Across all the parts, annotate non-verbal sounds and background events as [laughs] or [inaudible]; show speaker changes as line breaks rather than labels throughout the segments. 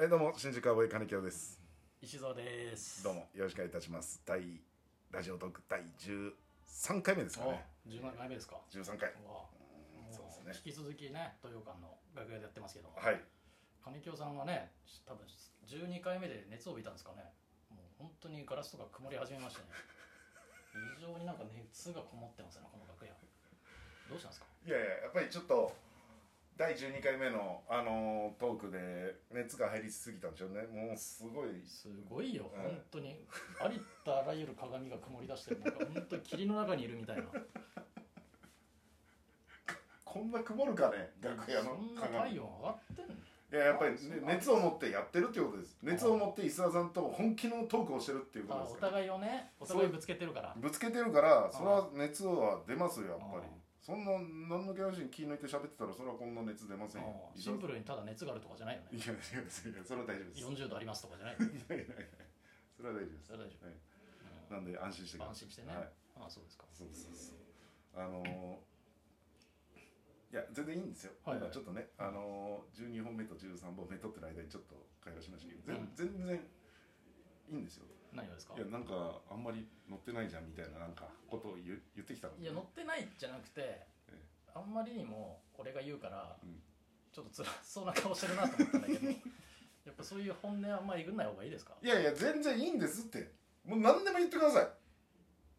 えどうも新宿アボイ金城です
石澤です
どうもよろしくお願いいたします第ラジオトーク第13回目ですかね
お17回目ですかわ
13回
あもう
そうですね
引き続きね東洋館の楽屋でやってますけど、
はい
金京さんはね多分12回目で熱を帯びたんですかねもう本当にガラスとか曇り始め
[laughs]
ましたね異常になんか熱がこもってますねこの楽屋どうしたんですか
いやいややっぱりちょっと第12回目のあのートークで熱が入りすぎたんでしょうねもうすごい
すごいよ
うん
本当にありとあらゆる鏡が曇り出してるなんか本当に霧の中にいるみたいな
こんな曇るかね [laughs] 楽屋の
そんな
鏡
体温上がってんの
いややっぱりね
あそうなんだ
熱を持ってやってるってことです熱を持って石田さんと本気のトークをしてるっていうこと
あ
です
お
から
互いをねお互いぶつけてるから
ぶつけてるからそれは熱は出ますよやっぱり
うん
そんな何の気なしに気抜いて喋ってたらそれはこんな熱出ませんよ
うんシンプルにただ熱があるとかじゃないよ
い
ね
やいやいやいやそれは大丈夫ですいやい
40度ありますとかじゃないよね
やいやいやそれは大丈夫です
それは大丈
はい
夫、
なんで安心して
うん
ください
安心してね、
はい
あそうですか
そうそうそうあのーいや全然いいんですよ、
はいはい
今ちょっとね、あのー、12本目と13本目撮ってる間にちょっと会話しましたけど、
うん
全全然いいんですよ
何がですか
いやなんかあんまり乗ってないじゃんみたいななんかことを言う言ってきたの
いや乗ってないじゃなくて
え
あんまりにも俺が言うから、
うん
ちょっと辛 [laughs] そうな顔してるなと思ったん
[laughs]
だけどやっぱそういう本音あんまりえぐんない方がいいですか
いやいや全然いいんですってもう何でも言ってください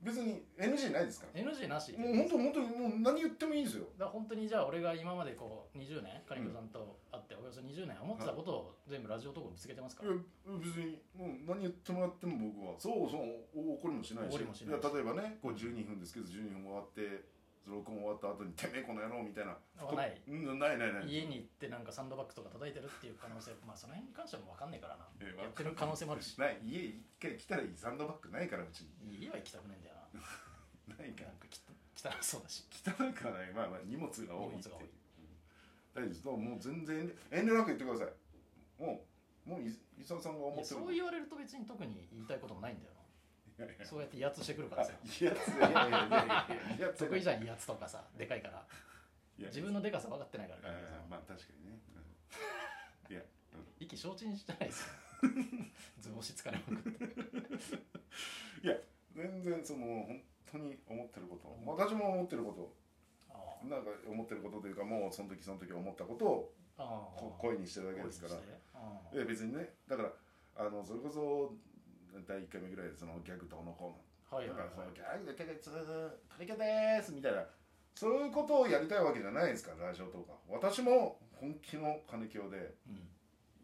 別に NG ないですから
NG なし
もう本当本当にもう何言ってもいいんですよ
だから本当にじゃあ俺が今までこう20年金子さんと会っておよそ20年思ってたことを全部ラジオとかぶつけてますか
い
ら、
や別にもう何言ってもらっても僕はそうそうお怒りもしないし
怒りもしないし
や例えばねこう12分ですけど12分終わって録音終わった後に「てめえこの野郎」みたいな
あない
うんないないない
家に行ってなんかサンドバッグとか叩いてるっていう可能性まあその辺に関してはもう分かんないからな
え
やってる可能性もあるし
ない家一回来たらいいサンドバッグないからうちに
家は行きたくないんだよな
ないか
な
ら
んかき汚そうだし
汚くはないまあまあ荷物が多いって
荷物が
大
多い
丈夫ですどうももう全然遠慮なく言ってくださいもうもう伊伊沢さんが
い
思
や
って
そ
る
う言われると別に特に言いたいこともないんだよ
いやいや
なそうやって威圧してくるから
あ [laughs]
さ
いやついやいやいやいやいや
得意じゃん威圧とかさでかいから
いや
自分のでかさ分かってないから
あーまあ確かにねうんいや
意気消沈してない
[laughs]
ですよ図星疲れまくって
全然その本当に思ってること私も思ってるこ
あ
となんか思ってることというかもうその時その時思ったことを
あ
こ
う
声にしてるだけですからいや別にねだからあのそれこそ第1回目ぐらいでそのギャグどうのこ
は
う
い
の
はい
だか
はい
らそのギャグで解決これですみたいなそういうことをやりたいわけじゃないですからラジオとか私も本気の金京で
うん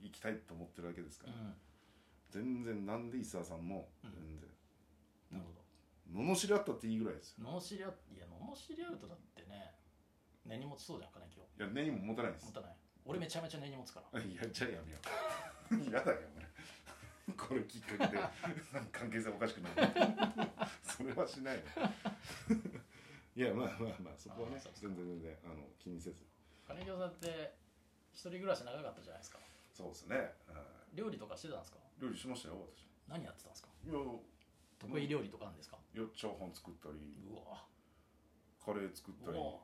行きたいと思ってるわけですか
う
ら、
ん
全然なんで伊沢さんも
うん
全然、
なるほ
罵り合ったっていいぐらいですよ
どのしり合いやのしり合うとだってね根に持ちそうじゃんかね今
いや根にも持たないで
日
す
持たない俺めちゃめちゃ根に持つから
いやじゃあやめようやだよ俺これきっかけでなんか関係性おかしくなるそれはしないよいやまあまあまあそこはね
あそうですか
全然全然あの気にせず
金城さんって一人暮らし長かったじゃないですか
そうですね、は
料理とかしてたんですか
い料理しましたよ私
何やってたんですか
いや
得意料理とかあるんですか
よチャーハン作ったり
うわ
カレー作ったり
うわ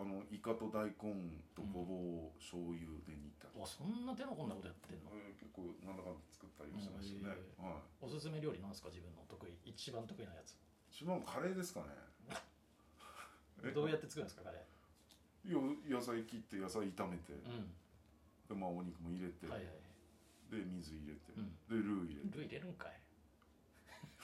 あのイカと大根とごぼう、醤油で煮たり、
うわそんな手の込んだことやってんの
えー結構なんだかんだ作ったりもしてましたね、
う
はい
おすすめ料理なんですか自分の得意一番得意なやつ
一番カレーですかねえ
[laughs] どうやって作るんですかカレー
よ野菜切って野菜炒めて、
うん
でまあお肉も入れて、
はいはい
で水入れて、
うん
でルー入れて
[laughs] ルー入れるんかい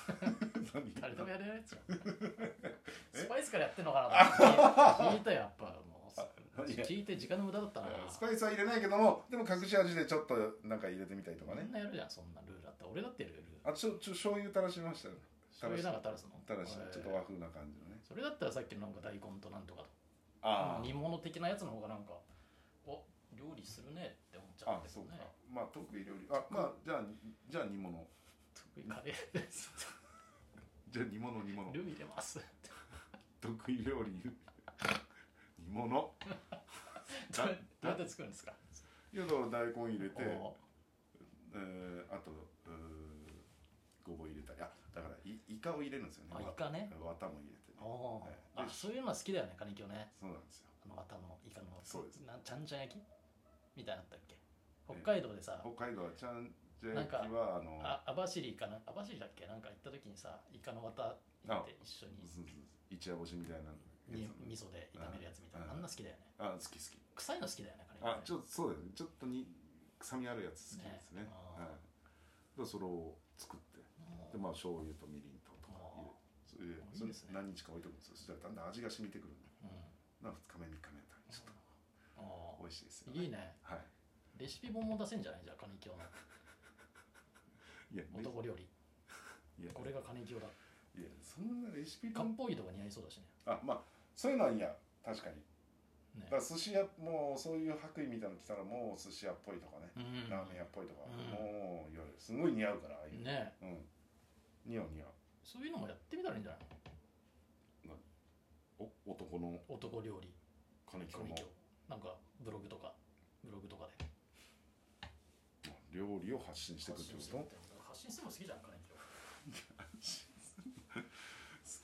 何
誰でもやれないやつよ
[laughs]
スパイスからやってんのかなと思って聞い [laughs] たよやっぱもう
何が
聞いて時間の無駄だったな
スパイスは入れないけどもでも隠し味でちょっとなんか入れてみたりとかね
みん、なやるじゃんそんなルーだったら俺だってやるよルー
あちょちょ醤油垂らしましたね
醤油なんか垂らすの
垂らし
えー
ちょっと和風な感じのね
それだったらさっきのなんか大根となんとか
あ
煮物的なやつの方がなんかお料理するねって思っちゃ
あ
って
そうか
ね
まあ特技料理あまあじゃあじゃあ煮物
得意カレーです
じゃあ煮物煮物
[laughs] ルー入れますって
得意料理 [laughs] 煮物
どうどうやって作るんですか
いやだから大根入れて
おう
えーあとうーごぼう入れたりあだからいイカを入れるんですよね
あイ
わ
カね
綿も入れてね
おう
はい
あ
で
そういうのは好きだよね金京ね
そうなんですよ
あの綿のイカの
そうです
なちゃんちゃん焼きみたいなのあったっけ北海道でさ、
北海道はちゃんじゃ
なん
焼き
か
はあの
あ網走かな網走だっけなんか行った時にさイカの綿行って一緒
そうそうそう一夜干しみたいなやつ
にに味噌で炒めるやつみたいな
うん
あんな好きだよね
あ好き好き
臭いの好きだよね彼
あちょっとそうだよねちょっとに臭みあるやつ好きですね
ねあー
はい、でそれを作って
も
で
う
まあ醤油とみりんととか入れ
も
それで
いい
それ
ですね
何日か置いとくんですよそしたらだんだん味が染みてくるんで
ううん
な2日目3日目とちょっ
あ
と美味しいですよ
ーいいね
はい
レシピ本も出せんじゃないじゃあカニキョの
いや
男料理
いや
これがカニキョだ
いやそんなレシピ
漢
本
方医とか似合いそうだしね
あまあそういうのはいいや確かに
ね
だから寿司屋もうそういう白衣みたいなの来たらもう寿司屋っぽいとかね、
うん
ラーメン屋っぽいとか、
うん
もういわゆるすごい似合うからああいう、
ね
うん、似合う似合う
そういうのもやってみたらいいんじゃない
お男の
の男料理
金木
カ
も
ニキョなんかブログとかブログとかで
料理を発信してくるって
発信
こと
るってこと発信するの好きじゃんカニキョ
好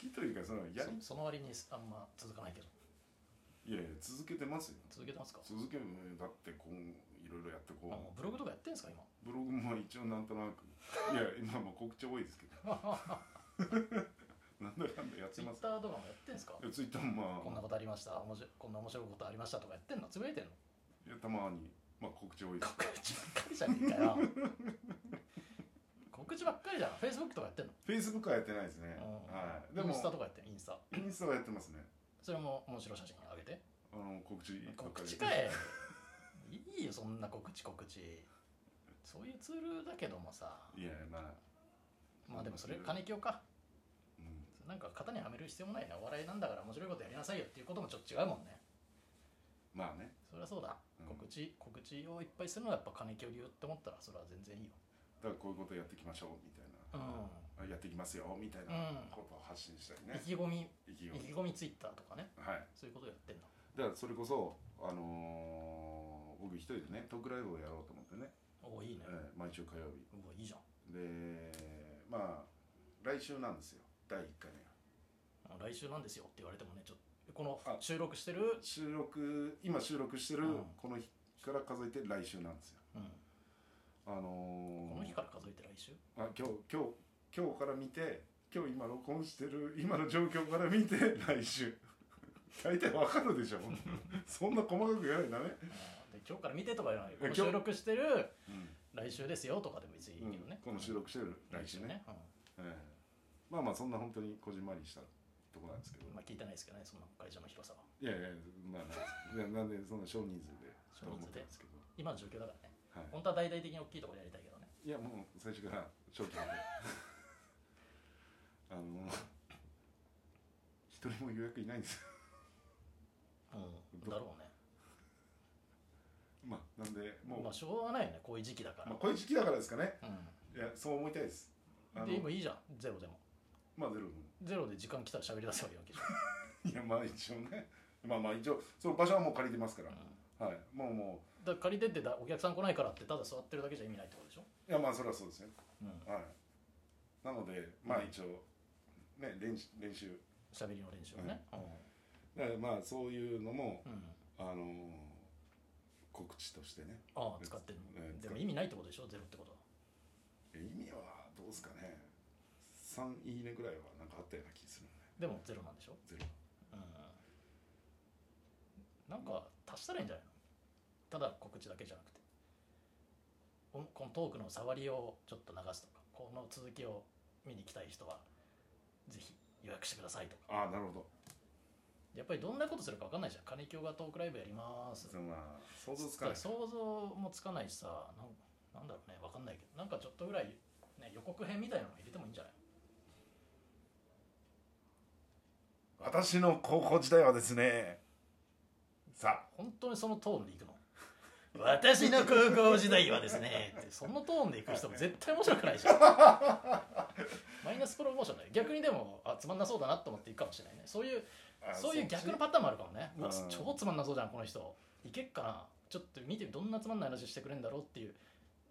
きというかそのやり
そその割にあんま続かないけど
いやいや続けてますよ
続けてますか
続けるねだってこういろいろやって
あ
こ
もうブログとかやってんすか今
うブログも一応なんとなくいや今も告知多いですけどなんだかんだやって
ツイッ
[laughs] ます
ターとかもやってんすか
いやツイッターもまあ
こんなことありましたおもじこんな面白いことありましたとかやってんのつぶやいてんの
いやたまに、まあ、告知多いです
告知ばっかりじゃねえかよ告知ばっかりじゃんフェイスブックとかやってんの、
フェイスブックはやってないですね、
うん
はい、でも
インスタとかやってんのインスタ
インスタはやってますね
それも面白い写真あげて
あの告知ばっか
告
り
知かいいいよそんな告知告知そういうツールだけどもさ
いやまあ、
まあでもそれ金清か
うん、
なんか型にはめる必要もないなお笑いなんだから面白いことやりなさいよっていうこともちょっと違うもんね
まあね
そりゃそうだ、
うん
告知告知をいっぱいするのはやっぱ金清流って思ったらそれは全然いいよ
だからこういうことやっていきましょうみたいな、あやっていきますよみたいな
うん
ことを発信したり
意
ね、
気込み
意気
意
込み
気込みツイッターとかね
はい
そういうことやってんの
だからそれこそあのー僕一人でねトークライブをやろうと思ってね、
おおいいね、
えー毎週火曜日
うわいいじゃん
でまあ来週なんですよ第1回目が
あ来週なんですよって言われてもねちょっとこの
あ
収録してる、
収録今収録してる
うん
この日から数えて来週なんですよ
うん、
あのー
この日から数えて来
[laughs]
週
あ今日今日今日から見て今日今録音してる今の状況から見て来週大体わかる
[laughs]
でしょそんな細かくやらないとダメ、
あーで今日から見てとか言わないこの
今日
収録してる来週ですよとかでも別にいいけど
うん
ね、
この収録してる来週ね、
うん
ええまあまあそんな本当にこじんまりしたとこなんですけど、
まあ聞いてないですけどねその会社の広さはい
やいやまあまあいやなんでそんな少人数でと
少人数で
思ったんですけど、
今の状況だからね
は
本当は大々的に大きいところでやりたいけどね
い、いやもう最初から正気なん [laughs] であの一人も予約いないんですよ
うんだろうね
まあなんでもう、
まあしょうがないよねこういう時期だか
まあ、こういう時期だからですかね
ら、
いやそう思いたいですあの
うん、で今いいじゃんゼロでも
まあゼロ
ゼロで時間来たら喋り出せばいいわけじゃ
いやまあ一応ねまあまあ一応その場所はもう借りてますか
ん、
ら、
うん
はいもうも
だから借りてってだお客さん来ないからってただ座ってるだけじゃ意味ないってことでしょ、
ういやまあそれはそうですよ
うん、
はいなのでまあ一応ね練習練習
喋りの練習をね、
だからまあそういうのも
うんうん
あのー告知としてね
ああ使ってるの、
うん
でも意味ないってことでしょゼロってことは
え意味はどうですかね3いいねぐらいはなんかあったような気するね
でもゼロなんでしょ、
ゼロ
うん、なんか足したらいいんじゃないのただ告知だけじゃなくてこのこのトークの触りをちょっと流すとかこの続きを見に来たい人はぜひ予約してくださいとか
ああなるほど
やっぱりどんなことするか分かんないじゃん金京がトークライブやります
そのまあ想像つかない
想像もつかないしさなんなんだろうね分かんないけどなんかちょっとぐらい、ね、予告編みたいなのも入れてもいいんじゃない
私の高校時代はですねさ
本当にそのトーンでい
[laughs]
くの私の高校時代はですねってそのトーンでいく人も絶対面白くないじゃんマイナスプロモーションだよ逆にでもあつまんなそうだなと思っていくかもしれないねそういう
あ
そういう
っち
逆のパターンもあるかもねうわ
うん
超つまんなそうじゃんこの人いけっかなちょっと見てどんなつまんない話してくれるんだろうっていう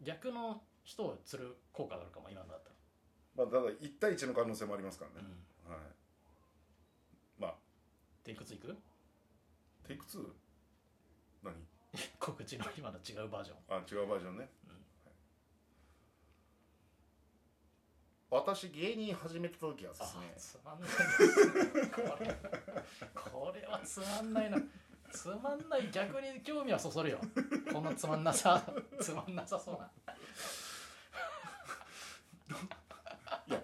逆の人を釣る効果があるかも今のだったら。
まあただ1対1の可能性もありますからね、
うん
はいまあ
でいくついく
テイク2何
告知の今の違うバージョン
あ違うバージョンね、
うん
はい私芸人始めた時はで
あ
すね
つまんないこれこれはつまんないなつまんない逆に興味はそそるよこのつまんなさつまんなさそうない
や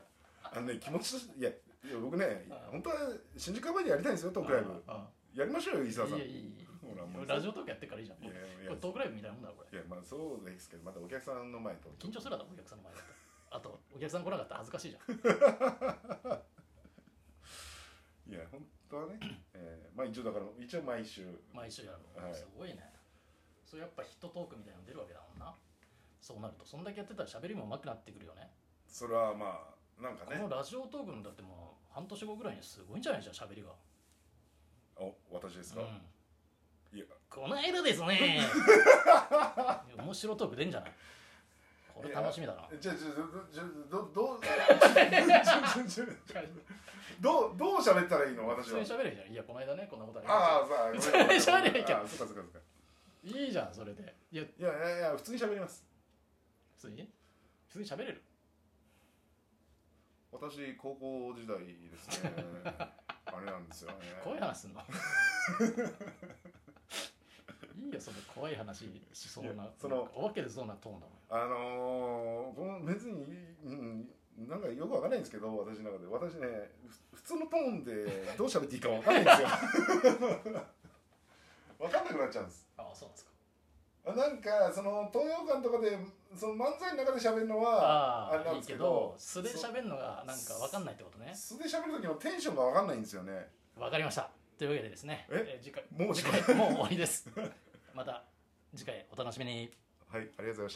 あのね気持ちとしていやいや僕ね
あ
本当は新宿カバーでやりたいんですよトークライブ
あ
やりましょうよ伊
あ
沢
い
さん
や
い
い
や
やいいい
ほらもう
ラジオトークやってからいいじゃん
い
こ
やいや
れトークライブみたいなもんだこれ
いやまあそうですけどまたお客さんの前と
緊張するだろお客さんの前だったあとお客さん来なかったら恥ずかしいじゃん
いや本当はね、えーまあ一応だから一応毎週
毎週やるの、
はい
すごいねそれやっぱヒットトークみたいなの出るわけだもんなそうなるとそんだけやってたら喋りも上手くなってくるよね
それはまあなんか
こ
ね
のラジオトークのだってもう半年後ぐらいにすごいんじゃないじゃん喋りが
お私ですか、
うん、
いや
この間で
[laughs]
すね面白トーク出んじゃないこれ楽しみだな
えじゃあじゃあじゃあじゃあどどう [laughs] じゃあじゃあどうどう喋ったらいいの
普
私
通
は
に喋ればいいじゃんいやこの間ねこんなことあり
ああ
ま
さあご
[laughs]
めんごめんごめん
喋ればいいけど
ああそっかそっかそっか
したよいいじゃんそれでいや
いやいやいや普通に喋ります
普通にね普通に喋れる
私高校時代です
[laughs]
ねあれなんですよね
怖い話すんの [laughs] いいよその怖い話しそう
い
な
やその
なんかお化けでそうなトーンだもん
あのー、この別に、うん、なんかよくわかんないんですけど私の中で私ねふ普通のトーンでどう喋っていいかわかんないんです
[laughs]
よわかんなくなっちゃうんです
ああそうなんですか
あなんかその東洋館とかでその漫才の中で喋るのは
あ
あれ
あ
ないん
い
です
け
け
ど
ど
素で喋るのがなんか分かんないってことね
素で喋る時のテンションがわかんないんですよね
わかりましたというわけでですね
え
えー次回
もう時
次
間
回もう終わりですまた次回お楽しみに
はいありがとうございました